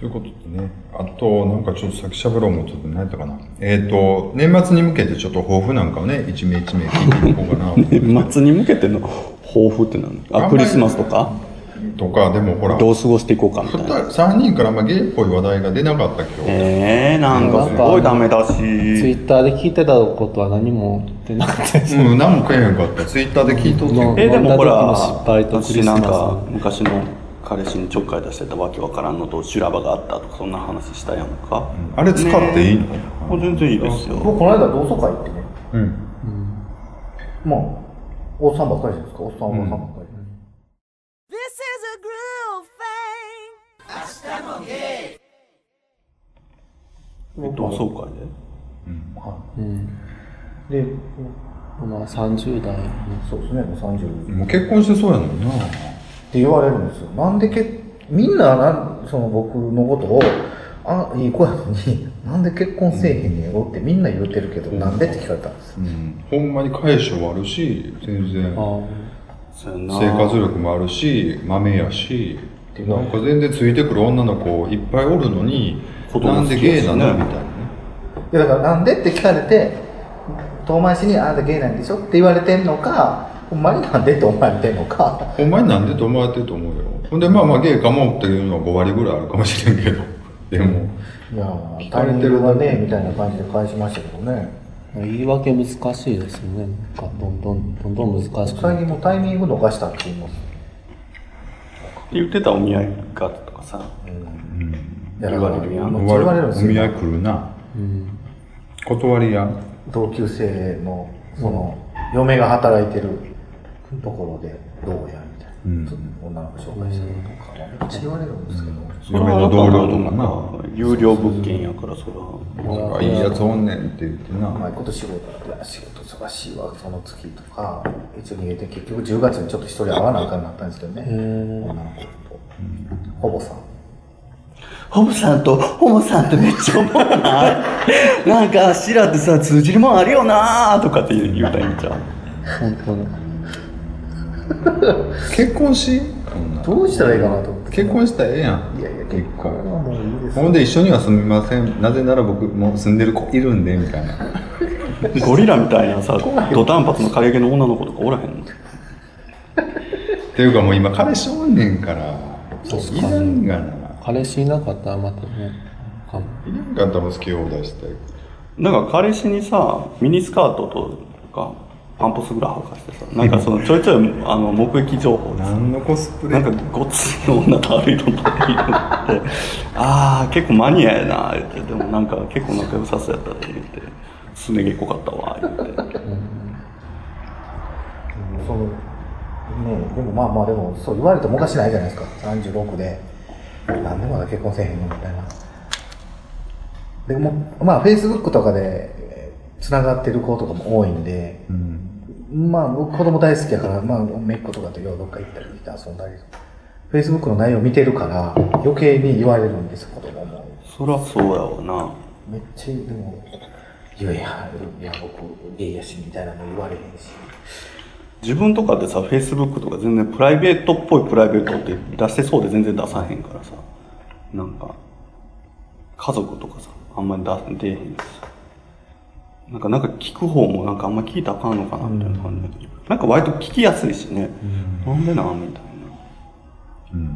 そういうことですね。あと、なんかちょっと作者ブログもちょっと何やったかな。えっ、と、年末に向けてちょっと抱負なんかをね、一名一名聞いていこうかな と思って。年末に向けての抱負って何あ、クリスマスとかとか、でもほら、どう過ごしていこうかみたいな。 3人からあんまゲイっぽい話題が出なかった今日。えー、なんかすごいダメだツイし。ッターで聞いてたことは何も出なか ったですうん、何も食えへんかった。ツイッターで聞いとってんもうけえー、でもほら、飲んだ時の失敗とクリ私スなマんスか昔の彼氏にちょっかい出してたわけわからんのと修羅場があったとかそんな話したやんか。あれ使っていいの、もう全然いいですよ。僕この間同窓会行ってねうん。まあおっさんばっかりじゃないですかおっさんおばさんばっかり、 This is a groove thing. 同窓会ででまあ30代そうですねもう30ってもう結婚してそうやのにな。言われるんですよなんでけみんななんその僕のことをあいい子やのになんで結婚せえへんねんよってみんな言うてるけど、なんでって聞かれたんですようん。ほんまに返しはあるし、全然。そうやな生活力もあるし豆やしなんか全然ついてくる女の子いっぱいおるのに子供な好んきでやしゲねイなのみたいなねいやだからなんでって聞かれて遠回しに「あなたゲイなんでしょ?」って言われてんのかほんまになんでって思われてんのかほんまになんでと思われてると思うよほんでまあまあゲイかもっていうのは5割ぐらいあるかもしれんけどでもいやー聞か他れ人てるがねみたいな感じで返しましたけどね言い訳難しいですよねなんかどんどんどんどん難しくな最る近もうタイミング逃したって言います言ってたお見合いがあったとかさ、や言われるやんめっちゃ言われるんおです見合いよ来るな、断りや同級生のその、嫁が働いてるところでどうやみたいな、女の子紹介してるとかめっちゃ言われるんですけど、嫁の同僚とかなんか有料物件やからそれはななんかいいやつおんねんって言ってうまないこと仕事だって仕事忙しいわその月とか一応逃げて結局10月にちょっと一人会わなあかんなったんですけどね女の子と、ほぼさんホモさんとホモさんってめっちゃ思うななんかシラってさ通じるもんあるよなとかって言うたらいいんちゃう本当に結婚しこんなどうしたらいいかなと思って結婚したらええやんいやいや結婚はもういいですほんで一緒には住みませんなぜなら僕もう住んでる子いるんでみたいな ゴリラみたいなさド短髪の影毛の女の子とかおらへんのっていうかもう今彼氏おんねんからいらんがな彼氏いなかったらまたねかもいらんかったら好き放題してなんか彼氏にさミニスカートとかパンポスぐらい履かしてさなんかそのちょいちょいあの目撃情報でさ何のコスプなレんかごっつい女と歩いとったって言ってああ結構マニアやな言ってでもなんか結構仲良さそうやったって言ってすね毛濃かったわ言ってそのねでもまあまあでもそう言われてもおかしないじゃないですか36でなんでまだ結婚せえへんのみたいなでもまあフェイスブックとかでつながってる子とかも多いんで、まあ僕子供大好きやからまあめっ子とかとようどっか行ったり遊んだりフェイスブックの内容見てるから余計に言われるんですよ子供もそりゃそうやわなめっちゃでもいやいやいや僕ゲイやしみたいなの言われへんし自分とかでさフェイスブックとか全然プライベートっぽいプライベートって出してそうで全然出さへんからさなんか家族とかさあんまり出出えへんしさなんかなんか聞く方もなんかあんま聞いたらあかんのかなみたいな感じだけど、なんか割と聞きやすいしね、なんでなんみたいな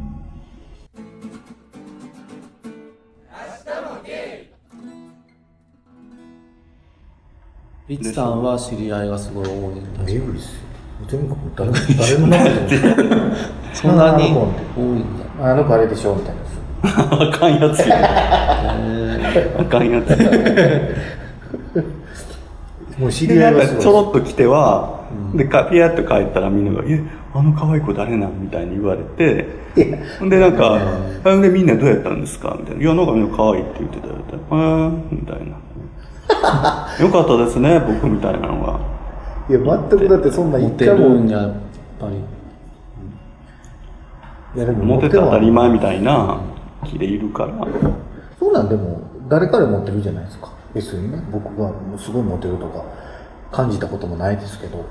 リチさんは知り合いがすごい多いんだエグいっすよ。全国誰も、誰もなかった もんそんなにあの子多いんだあの子あれでしょみたいなやあかんやつや。あかんやつや。つ。もう知で、りな合いんはかすごいちょろっと来ては、で、かピヤッと帰ったらみんなが、え、あの可愛い子誰なんみたいに言われて、ほんで、なんか、ほんで、みんなどうやったんですかみたいな。いや、なんかみんな可愛いって言ってたよ。みたいなへーみたいな。 よかったですね、僕みたいなのが。いや、全くだってそんなモ一テ回るも。んいややっぱりや、でもモテて当たりモテ前みたいな気でいるから。はそんなんでも、誰から持ってるじゃないですか。別にね、僕がすごいモテるとか、感じたこともないですけど、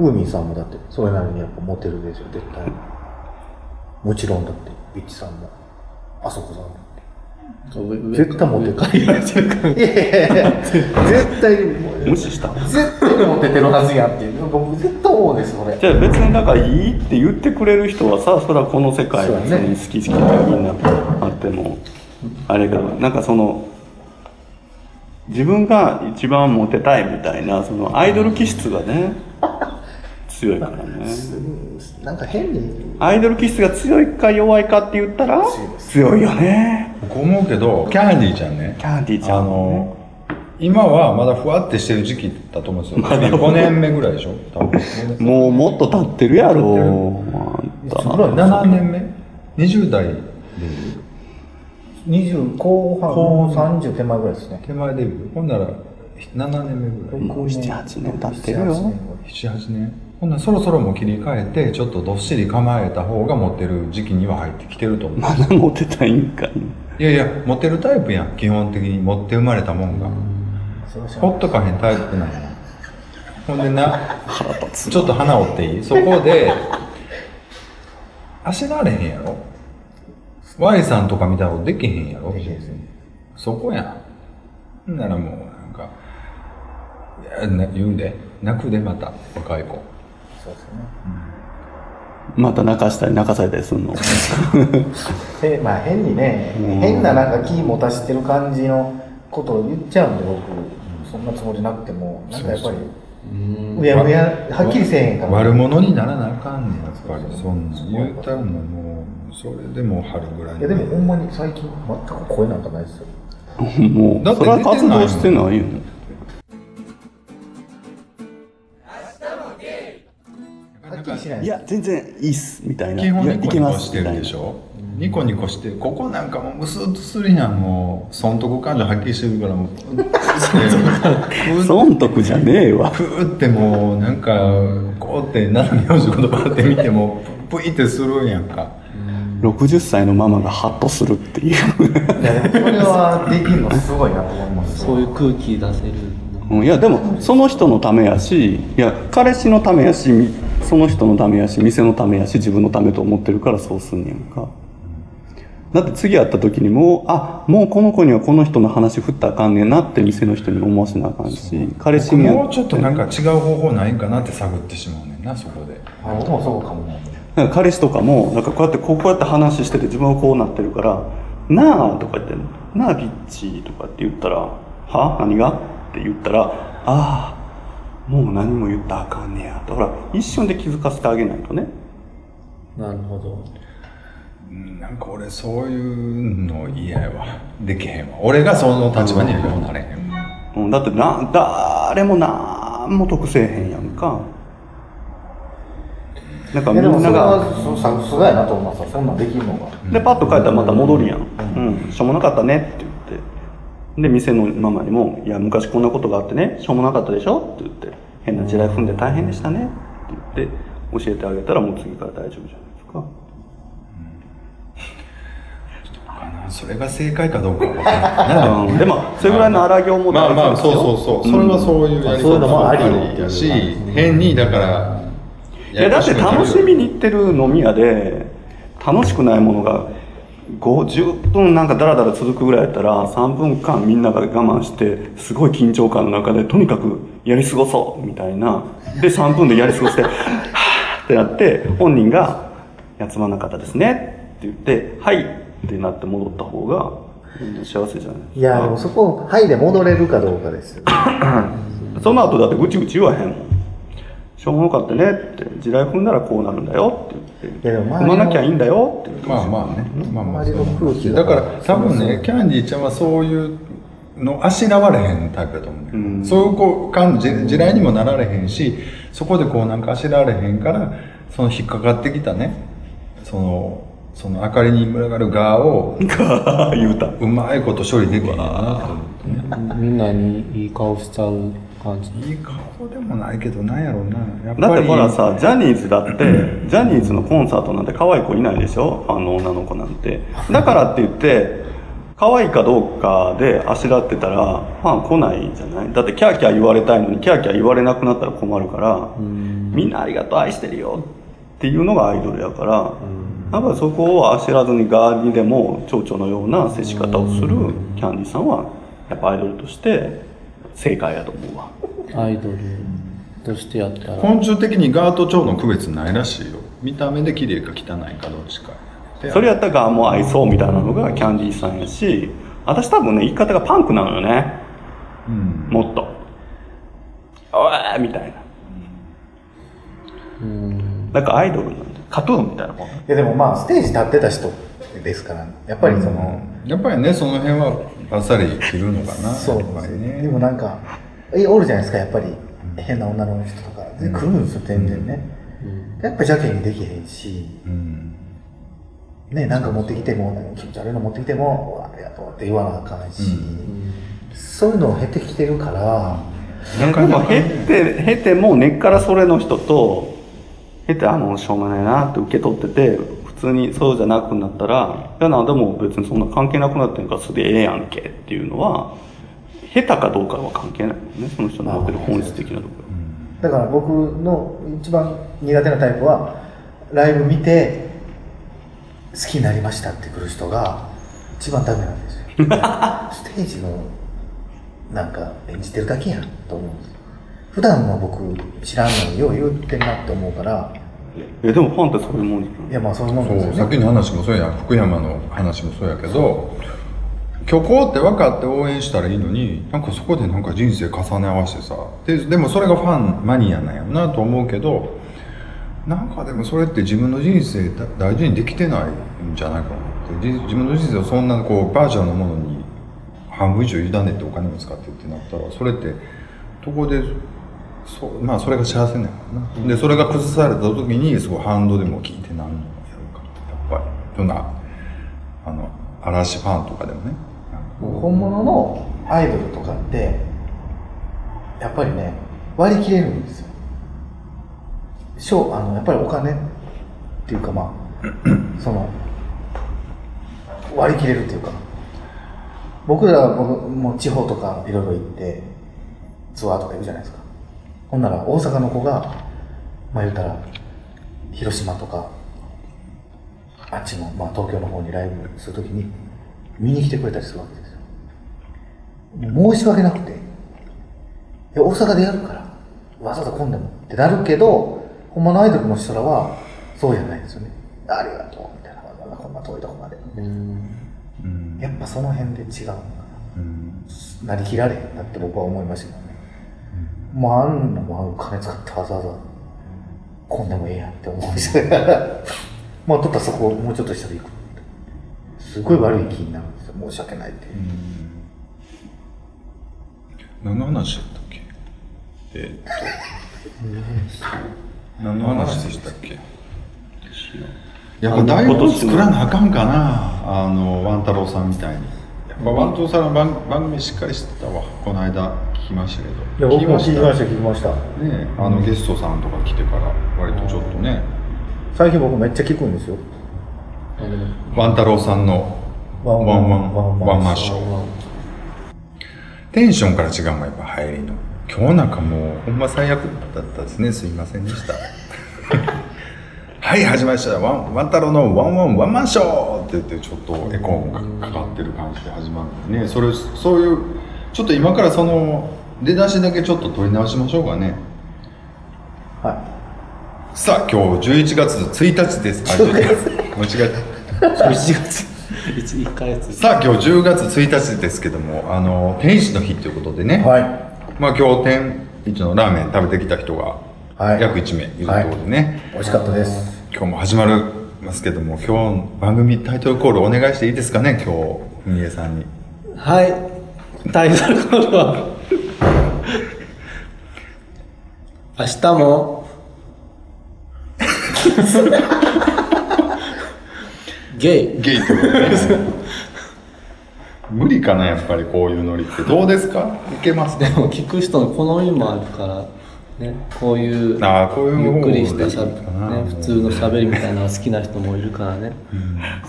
ウーミンさんもだって、それなりにやっぱモテるですよ、絶対。もちろんだって、ビッチさんも。あそこだ絶絶対モテかたいや違うかいやいやいや絶対 もう無視した絶対モテてるはずやんっていう僕絶対思うんですそれじゃあ別にだからいいって言ってくれる人はさそれはこの世界別に好き好きがみんなあってもあれやけどなんかその自分が一番モテたいみたいなそのアイドル気質がね強いからねうんなんか変にアイドル気質が強いか弱いかって言ったら強いです強いよね僕思うけどキャンディーちゃんねキャンディーちゃあんねの今はまだふわってしてる時期だと思うんですよ5年目ぐらいでしょ多分もうもっと経ってるやろあんたそれは7年目20代20後半後30手前ぐらいですね手前デビューほんなら7年目ぐらいもう78年経ってる78よ年ぐらい78年ほんならそろそろもう切り替えてちょっとどっしり構えた方がモテる時期には入ってきてると思うまだモテたいんかいいやいやモテるタイプやん基本的に持って生まれたもんがそれは知らなほいっとかへんタイプなんやほんでな腹立つちょっと花折っていいそこで、焦られへんやろ ?Y さんとかみたいなことできへんやろできへんですねそこやん。ほんならもうなんか、いやな言うんで、泣くでまた、若い子。そうですまた泣かしたり泣かされたりするのねへまあ変にねうん変ななんか気持たしてる感じのことを言っちゃうんで僕そんなつもりなくてもなんかやっぱりうやうやはっきりせえへんから悪者にならなあかんねん、やっぱり。そんなん言うたらもう、もうそれでもう春ぐらいにいやでもほんまに最近全く声なんかないですよもだうってそれは活動してないよねはっきりしないいや全然いいっすみたいな基本いやニいコけニまコすしてるでしみょニコニコしてここなんかもうムスッとするやんもう損得感情はっきりしてるからもうたいな損得じゃねえわプーってもうなんかこうって斜め45度バーって見てもプイってするんやんか60歳のママがハッとするっていういやでもそれはできるのすごいなと思いますそういう空気出せるうんいやでもその人のためやしいや彼氏のためやしみその人のためやし店のためやし自分のためと思ってるからそうすんねやんかだって次会った時にもうあもうこの子にはこの人の話振ったらあかんねんなって店の人に思わせなあかんし彼氏僕にやもうちょっとなんか違う方法ないんかなって探ってしまうねんなそこであ僕もそうかもなんか彼氏とかもなんかこうやってこうこうやって話してて自分はこうなってるから「なあ」とか言って「なあビッチ」とかって言ったら「は何が?」って言ったら「ああもう何も言ったらあかんねや」とほら一瞬で気づかせてあげないとねなるほどうんなんか俺そういうの嫌やわできへんわ俺がその立場にはようなれへんわうんだってな誰もなんも得せえへんやんかなんかいみやでもんなそれがはそうさすがやなと思いますそんなんできるのがでパッと帰ったらまた戻るやん、うん、しょうもなかったねって言ってで店のママにも「いや昔こんなことがあってねしょうもなかったでしょ」って言って「変な地雷踏んで大変でしたね」って言って教えてあげたらもう次から大丈夫じゃないですかかなそれが正解かどうかは分からないなうんでもそれぐらいの荒行もまあまあそうそううそうそれはそういうやりそ方ういうのもありよやし変にだからいやだって楽しみに行ってる飲み屋で楽しくないものが50分なんかダラダラ続くぐらいやったら3分間みんなが我慢してすごい緊張感の中でとにかくやり過ごそうみたいなで3分でやり過ごして はぁってなって本人が「いやつまんなかったですね」って言って「はい」ってなって戻った方が幸せじゃないいやでもそこはいで戻れるかどうかですよその後だってぐちぐち言わへんもんしょうもなかったねって地雷踏んだらこうなるんだよって言っていやでも踏周りのまなきゃいいんだよって言ってまあまあね、まあまあ周りの空気がだから多分ねキャンディーちゃんはそういうのあしらわれへんタイプだと思うね、うんそういうこう感じ地雷にもなられへんしそこでこうなんかあしらわれへんからその引っかかってきたねそのその明かりに群がる側をか言う たうまいこと処理できへんなと思ってねみんなにいい顔しちゃう感じいい顔でもないけどなんやろうなやっぱりだってほらさジャニーズだってジャニーズのコンサートなんて可愛い子いないでしょあの女の子なんてだからって言って可愛いかどうかであしらってたらファン来ないじゃないだってキャーキャー言われたいのにキャーキャー言われなくなったら困るからみんなありがとう愛してるよっていうのがアイドルやからやっぱりそこを焦らずにガーリーでも蝶々のような接し方をするキャンディーさんはやっぱアイドルとして正解やと思うわアイドルとしてやったら昆虫的にガーと蝶の区別ないらしいよ見た目で綺麗か汚いかどっちかでそれやったらガーも愛そうみたいなのがキャンディーさんやし私多分ね言い方がパンクなのよねうんもっと「おい!」みたいなうんなんかアイドルなんでカトゥーンみたいなもんいやでもまあステージ立ってた人ですから、やっぱりその、やっぱりねその辺はバッサリ切るのかなそうやっぱりねでもなんかえおるじゃないですかやっぱり変な女の人とかで来るんですよ全然ね、やっぱ邪気にできへんしうんねなんか持ってきても気持ち悪いの持ってきてもうわありがとうって言わなあかんし、そういうのを減ってきてるから、なねかでなもかね経て経ても根っからそれの人と経てあもうしょうがないなって受け取ってて普通にそうじゃなくなったらいやなでも別にそんな関係なくなってんからそれでええやんけっていうのは下手かどうかは関係ないもんねその人の持ってる本質的なところだから僕の一番苦手なタイプはライブ見て好きになりましたって来る人が一番ダメなんです よステージのなんか演じてるだけやんと思うんですよ普段の僕知らんのによう言うてんなって思うからえでもファンってそういうもんじゃいないやまあそういうもんですそようねさっきの話もそうや福山の話もそうやけど虚構って分かって応援したらいいのになんかそこでなんか人生重ね合わせてさででもそれがファンマニアなんやろなと思うけどなんかでもそれって自分の人生だ大事にできてないんじゃないかなってじ自分の人生をそんなこうバージョンのものに半分以上委ねてお金を使ってってなったらそれってどこでそまあそれが幸せなんやろなでそれが崩された時にすごいハンドでも聞いて何のやろうかってやっぱりそんなあの嵐ファンとかでもねなんか本物のアイドルとかってやっぱりね割り切れるんですよしょうあのやっぱりお金っていうかまあその割り切れるっていうか僕らは僕も地方とかいろいろ行ってツアーとか行くじゃないですかほんなら大阪の子がまあ言うたら広島とかあっちの、まあ、東京の方にライブするときに見に来てくれたりするわけですよ。もう申し訳なくて、いや大阪でやるから、わざわざ今度もってなるけど、ほんまのアイドルの人らはそうじゃないですよね。ありがとうみたいな、わざわざこんな遠いとこまで。うんやっぱその辺で違うのかうんな。なりきられへんなって僕は思いましたけどね。もうあんなもん金使ってわざわざ、こんでもええやんって思いました から。まあ、とったらそこをもうちょっとしたら行く。すごい悪い気になるんですよ。申し訳ないっていう。何の話だったっけえーっと何の話でしたっけやっぱ台本作らなあかんかなあの万太郎さんみたいにやっぱ万太郎さんの番番組しっかりしてたわこの間聞きましたけどねた、聞きました。あのゲストさんとか来てから割とちょっとね最近僕めっちゃ聞くんですよ。万太郎さんのワワンンワワンンワンマンショーテンションから違うもんやっぱ入りの今日なんかもうほんま最悪だったですねすいませんでした はい始まりましたワンワン太郎のワンワンワンマンショーって言ってちょっとエコーンがかかってる感じで始まるんでねそれそういうちょっと今からその出だしだけちょっと取り直しましょうかねはさあ今日11月1日ですあ11月間違えた1月1ヶ月さあ今日10月1日ですけどもあの天使の日ということでね、い。はい。まあ今日天一のラーメン食べてきた人がはい約1名いるということでね、美味しかったです。今日も始まりますけども今日番組タイトルコールお願いしていいですかね今日文江さんにはいタイトルコールは明日もゲイゲイってことでね無理かなやっぱりこういうノリってどうですかいけますでねも聞く人の好みもあるからねこういうああこういう方ゆっくりしたしゃがいいかなね、普通のしゃべりみたいなのが好きな人もいるからね、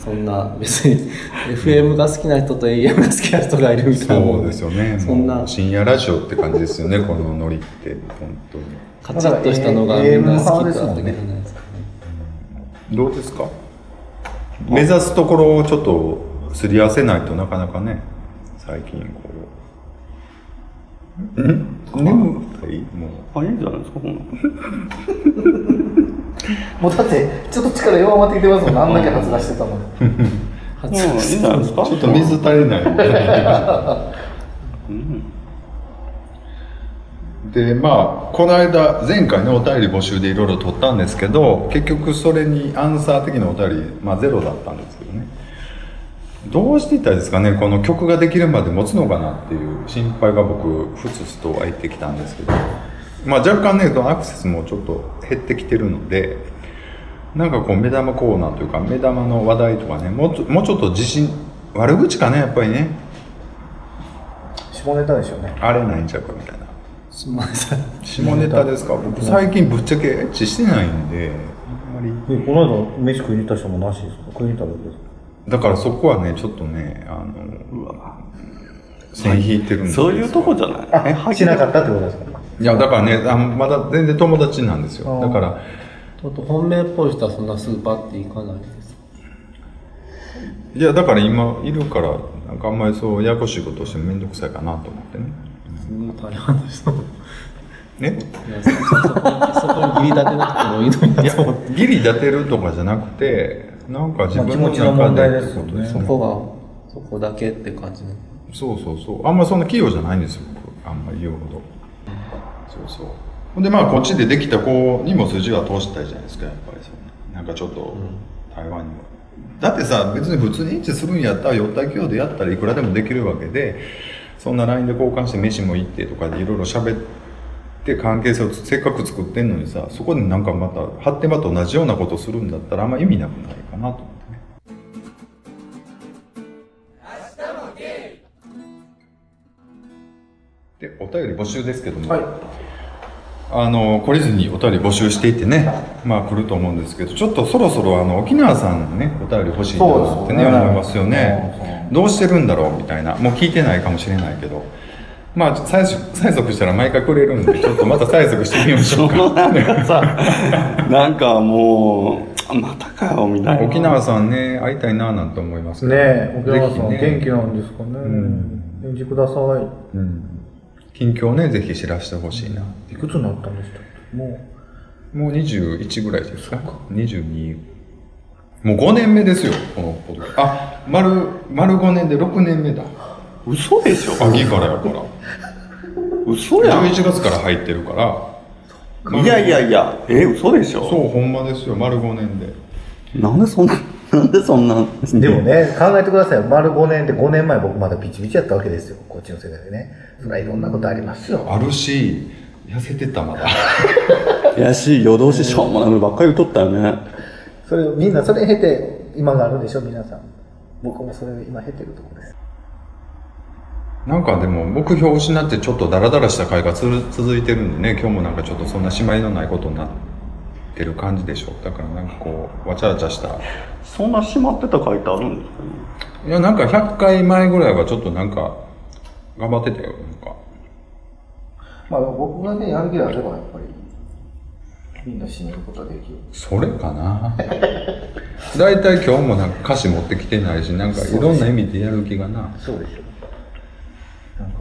そんな別に FM が好きな人と AM が好きな人がいるみたいなそうですよねそんなもう深夜ラジオって感じですよねこのノリって本当にカチッとしたのがみんな好きだったけど AM 派ですねどうですか目指すところをちょっとすり合わせないとなかなかね最近こううん眠たいもうあ、いいんじゃないですか、こんなのもうだって、ちょっと力弱まってきてますもんね。あんだけ発芽してたのに。うん、いいんじゃないですか。ちょっと水足りないみたいな。でまあこの間前回のお便り募集でいろいろ取ったんですけど結局それにアンサー的なお便り、まあ、ゼロだったんですけどねどうしていったらいいですかねこの曲ができるまで持つのかなっていう心配が僕ふつふつと湧いてきたんですけど、まあ、若干ねそのアクセスもちょっと減ってきてるのでなんかこう目玉コーナーというか目玉の話題とかねもうちょもうちょっと自信悪口かねやっぱりね下ネタでしょうね。あれないんちゃうかみたいなすみません。下ネタですか僕最近ぶっちゃけエッチしてないんであんまりこの間、飯食いに行った人もなしですか食いに行っただけですだからそこはねちょっとねあのうわ線引いてるんですよそういうとこじゃない。え、はし なかったってことですかいやだからねあまだ全然友達なんですよあーだからちょっと本命っぽい人はそんなスーパーって行かないです。いやだから今いるからなんかあんまりそうややこしいことをしても面倒くさいかなと思ってねそんな大半の人。ねいやそそこにそこに切り立てなくてもいいのにいなやギリ立てるとかじゃなくてなんか自分まあ気持ちの問題ですよねってことそこがそこだけって感じのそうそうそうあんまそんな器用じゃないんですよ僕あんまり言うほどそうそうほんでまあこっちでできた子にも筋は通したいじゃないですかやっぱりそうなんかちょっと台湾にも、だってさ別に普通にインチするんやったら寄った勢いでやったらいくらでもできるわけでそんな LINE で交換して飯も行ってとかでいろいろ喋って関係性をせっかく作ってんのにさそこでなんかまた発展場と同じようなことするんだったらあんま意味なくないかなと思ってねでお便り募集ですけども、あの懲りずにお便り募集していってねまあ来ると思うんですけどちょっとそろそろあの沖縄さんのねお便り欲しいなってねそうですよね思いますよねどうしてるんだろうみたいなもう聞いてないかもしれないけどまあ催促催促したら毎回くれるんでちょっとまた催促してみま しょうかなんかもう、またかよ、みたいな。沖縄さんね会いたいななんて思いますけどねえ、沖縄さん、ぜひね元気なんですかね。ん返事ください。うん近況ねぜひ知らせてほしいないくつになったんでしたっけももう21ぐらいですか ?22。もう5年目ですよ、このポッドキャストあ、丸、丸5年で6年目だ。嘘でしょ秋からやから。嘘やん。 11月から入ってるから。いやいやいや、え、嘘でしょそう、ほんまですよ、丸5年で。なんでそんな、なんでそんな。でもね、考えてください。丸5年で5年前僕まだピチピチやったわけですよ。こっちの世代でね。そりゃいろんなことありますよ。あるし、痩せてたまだ。やし、夜通ししょうもないのばっかり言っとったよね。それをみんなそれ経て今があるでしょ、皆さん。僕もそれ今経てるとこです。なんかでも目標を失ってちょっとダラダラした回がつづ続いてるんでね今日もなんかちょっとそんな締まりのないことになってる感じでしょだからなんかこうわちゃわちゃしたそんな閉まってた書いてあるんですかね。いや、なんか100回前ぐらいはちょっとなんか、頑張ってたよ、なんか。まあ僕がね、やる気があればやっぱり、みんな死ぬことはできる。それかな。だいたい今日もなんか歌詞持ってきてないし、なんかいろんな意味でやる気がな。そうでしょ。なんか、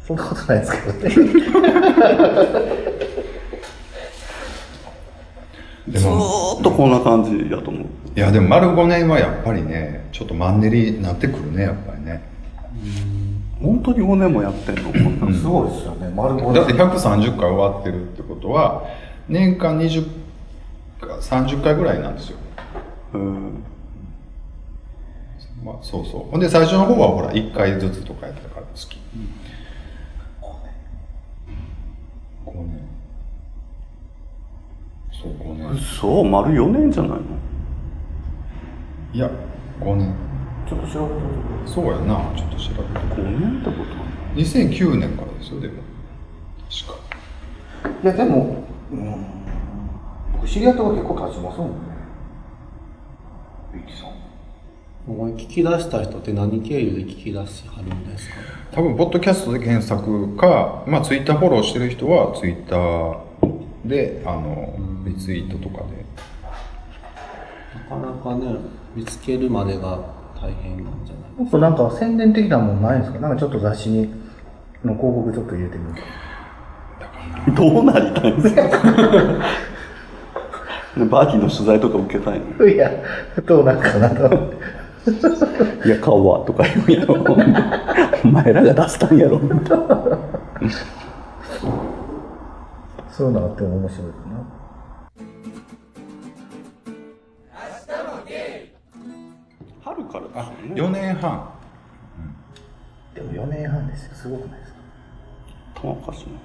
そんなことないですけ どね。でずも、ーっとこんな感じやと思う。いや、でも丸5年はやっぱりね、ちょっとマンネリになってくるね、やっぱりね。本当に5年もやってんのこんなのすごいですよね、丸5だって130回終わってるってことは、年間20か30回ぐらいなんですよ。うん。まあ、そうそう。ほんで最初の方はほら、1回ずつとかやったから好き。5年。そう、5年。そう、丸4年じゃないのいや、5年。ちょっと調べてそうやな、ちょっと調べて。 ?5 年ってこと2009年からですよ、でも。確か。いや、でも、うん、僕知り合ったが結構経ちますもんね。ゆきさん。お前聞き出した人って何経由で聞き出しはるんですか多分、ポッドキャストで検索か、まあ、ツイッターフォローしてる人は、ツイッターで、あの、リツイートとかで。なかなかね見つけるまでが大変なんじゃないもっとなんか宣伝的なもんないんですかなんかちょっと雑誌にの広告ちょっと入れてみ るどうなりたいんですか バーキンの取材とか受けたいのといやどうなんかなといや、顔はとか言うやろ。お前らが出したんやろ。そういうのあっても面白いかな春からだよ4ね。年半でも4年半ですよすごくないですか頭おかしいな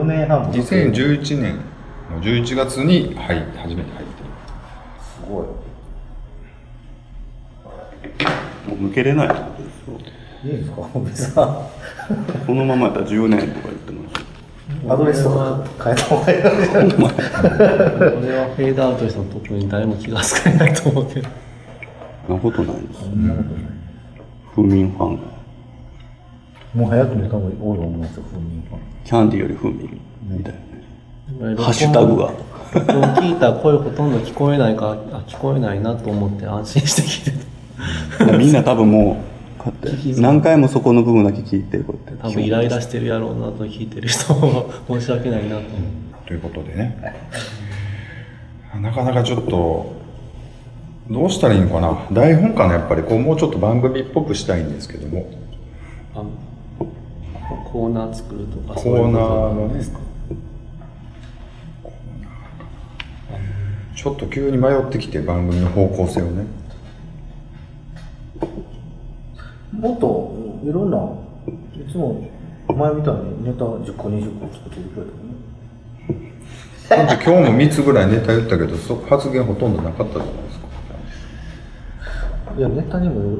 4年半も2011年の11月に入って初めて入ってるすごいもう抜けれないってことですいいんですか別 によ。このままやったら10年とか言ってますよ。アドレスとか変えた方がいいかもしれないこれはフェードアウトしたの特に誰も気がつかないと思うけどそんなことないです。風民ファンが。もう早く寝た方が多いと思うんですよ風味がキャンディーより風民みたいなね。ハハッシュタグが。録音聞いたら声ほとんど聞こえないからあ聞こえないなと思って安心して聞いてみんな多分もう、こうやって何回もそこの部分だけ聞いて、こうやって。た多分イライラしてるやろうなと聞いてる人は申し訳ないなと思ということでねなかなかちょっとどうしたらいいのかな台本かなやっぱりこうもうちょっと番組っぽくしたいんですけどもあのコーナー作るとかコーナーののねちょっと急に迷ってきて番組の方向性を ねもっといろんないつも前みたいにネタ10個20個作ってるけどねだって今日も3つぐらいネタ言ったけどそ発言ほとんどなかったじゃないですかいやネタにもよ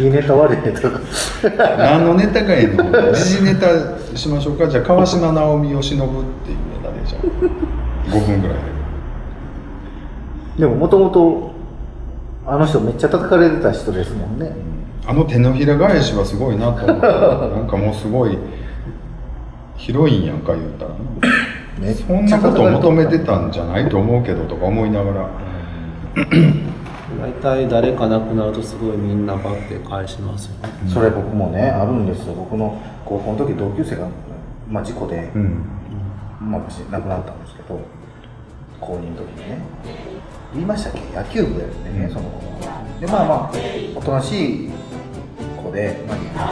る いいネタ悪いネタとか何のネタがいいの時事ネタしましょうかじゃあ川島直美を忍ぶっていうネタでじゃあ5分ぐらいでももともとあの人めっちゃ叩かれてた人ですもんねあの手のひら返しはすごいなと思 ってなんかもうすごい広いんやんか言うたらなめっちそんゃなこ叩とかれて求めてたんじゃないと思うけどとか思いながら大体誰か亡くなるとすごいみんなバッて返しますよねそれ僕もねあるんですよ僕の高校の時同級生が、まあ、事故で、うんまあ、無事亡くなったんですけど高認の時にね言いましたっけ野球部でね、その子がでまあまあおとなしい子で、まあ、